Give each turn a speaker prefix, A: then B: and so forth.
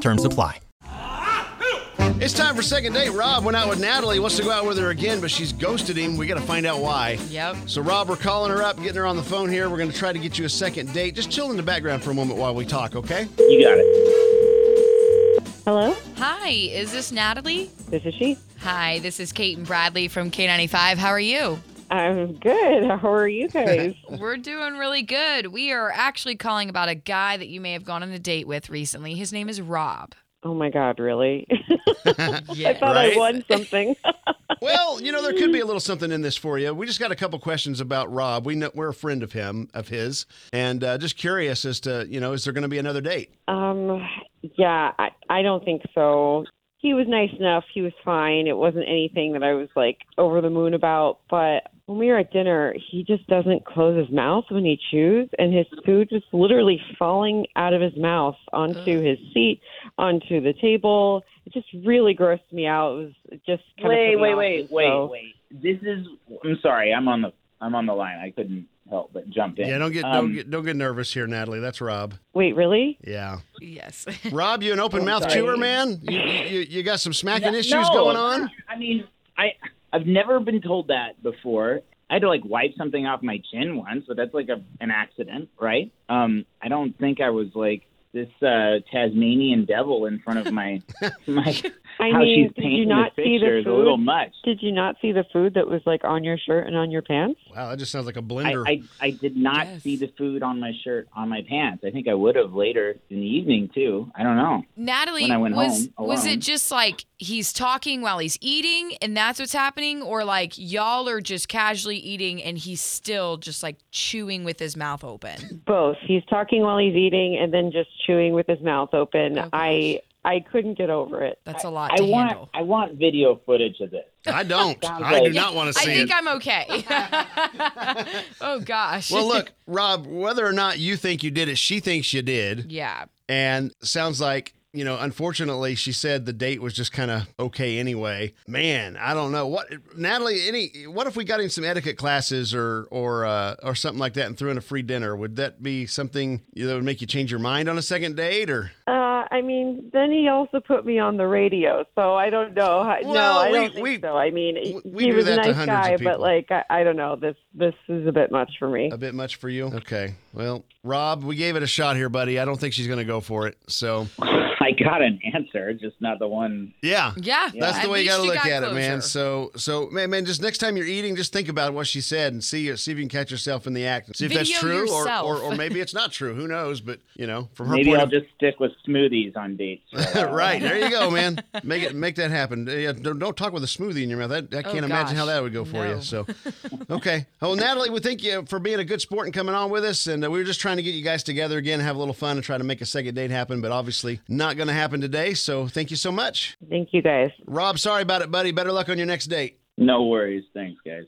A: Terms apply.
B: It's time for second date. Rob went out with Natalie, wants to go out with her again, but she's ghosted him. We got to find out why.
C: Yep.
B: So, Rob, we're calling her up, getting her on the phone here. We're going to try to get you a second date. Just chill in the background for a moment while we talk, okay?
D: You got it.
E: Hello,
C: Hi, is this Natalie?
E: this is she.
C: Hi, this is Kate and Bradley from K95. How are you?
E: I'm good. How are you guys?
C: We're doing really good. We are actually calling about a guy that you may have gone on a date with recently. His name is Rob.
E: oh my God, really?
D: Uh,
C: Yeah.
E: I thought
B: Right?
E: I won something.
B: Well, you know, there could be a little something in this for you. We just got a couple questions about Rob. We know, we're a friend of him, of his, and uh, just curious as to, you know, is there going to be another date?
E: um, yeah, I, I don't think so. He was nice enough. He was fine. It wasn't anything that I was like over the moon about. But when we were at dinner, he just doesn't close his mouth when he chews, and his food was literally falling out of his mouth onto his seat, onto the table. It just really grossed me out. It was just kind
D: Wait,
E: of put me
D: wait,
E: off,
D: wait,
E: so-
D: wait, wait. This is. I'm sorry. I'm on the. I'm on the line. I couldn't help but jump in.
B: Yeah, don't get,
D: Um,
B: don't get don't get nervous here, Natalie. That's Rob.
E: Wait, really?
B: Yeah,
C: yes.
B: Rob, you an open mouth
D: sorry.
B: chewer, man? You, you, you got some smacking
D: No,
B: issues going on?
D: I mean, I I've never been told that before. I had to like wipe something off my chin once, but that's like a an accident, right? Um, I don't think I was like this uh, Tasmanian devil in front of my my.
E: I
D: how
E: mean,
D: she's
E: did you
D: painting
E: not
D: the
E: see
D: picture
E: the
D: is a
E: food?
D: little much.
E: Did you not see the food that was like on your shirt and on your pants?
B: Wow, that just sounds like a
D: I,
B: blender.
D: I I did not
C: Yes.
D: see the food on my shirt on my pants. I think I would have later in the evening too. I don't know.
C: Natalie,
D: When I went
C: was
D: home
C: was
D: alone.
C: it just like he's talking while he's eating and that's what's happening or like y'all are just casually eating and he's still just like chewing with his mouth open?
E: Both. He's talking while he's eating and then just chewing with his mouth open.
C: Oh,
E: I I couldn't get over it.
C: That's a lot
D: I
C: to
D: want
C: handle.
D: I want video footage of this.
B: I don't.
D: Sounds
B: I do
D: like-
B: not want to
C: I
B: see
C: think
B: it.
C: I'm okay. oh gosh.
B: well, look, Rob, whether or not you think you did it, she thinks you did.
C: Yeah.
B: And sounds like, you know, unfortunately, she said the date was just kind of okay anyway. Man, I don't know. What Natalie, any what if we got in some etiquette classes or or uh, or something like that and threw in a free dinner? Would that be something that would make you change your mind on a second date or
E: Uh, I mean, then he also put me on the radio, so I don't know. How,
B: Well,
E: no, I
B: we-
E: don't think
B: we-
E: so. I mean,
B: we
E: he
B: do
E: was
B: that
E: a
B: to
E: nice
B: hundreds of
E: guy,
B: people. Uh,
E: but like I, I don't know. This this is a bit much for me.
B: a bit much for you? Okay. Well, Rob, we gave it a shot here, buddy. I don't think she's going to go for it. So,
D: I got an answer, just not the one.
B: yeah.
C: Yeah.
B: That's the
C: At
B: way you
C: least
B: gotta look
C: got
B: at it, man.
C: closure.
B: So, so man, man, just next time you're eating, just think about what she said and see see if you can catch yourself in the act. and See if that's
C: Video
B: true, or,
C: yourself.
B: or or maybe it's not true. Who knows? But you know, from her
D: Maybe
B: point
D: I'll
B: of
D: just stick with smoothies on dates. for a while.
B: right there, you go, man. Make it make that happen. Yeah, don't, don't talk with a smoothie in your mouth. I, I can't imagine how
C: Oh, gosh.
B: that would go for
C: No.
B: you. So, okay. Well, Natalie, we thank you for being a good sport and coming on with us. And uh, we were just trying to get you guys together again, have a little fun, and try to make a second date happen. But obviously, not going to happen today. So, thank you so much,
E: Thank you guys.
B: Rob. Sorry about it, buddy. Better luck on your next date.
D: No worries. Thanks, guys.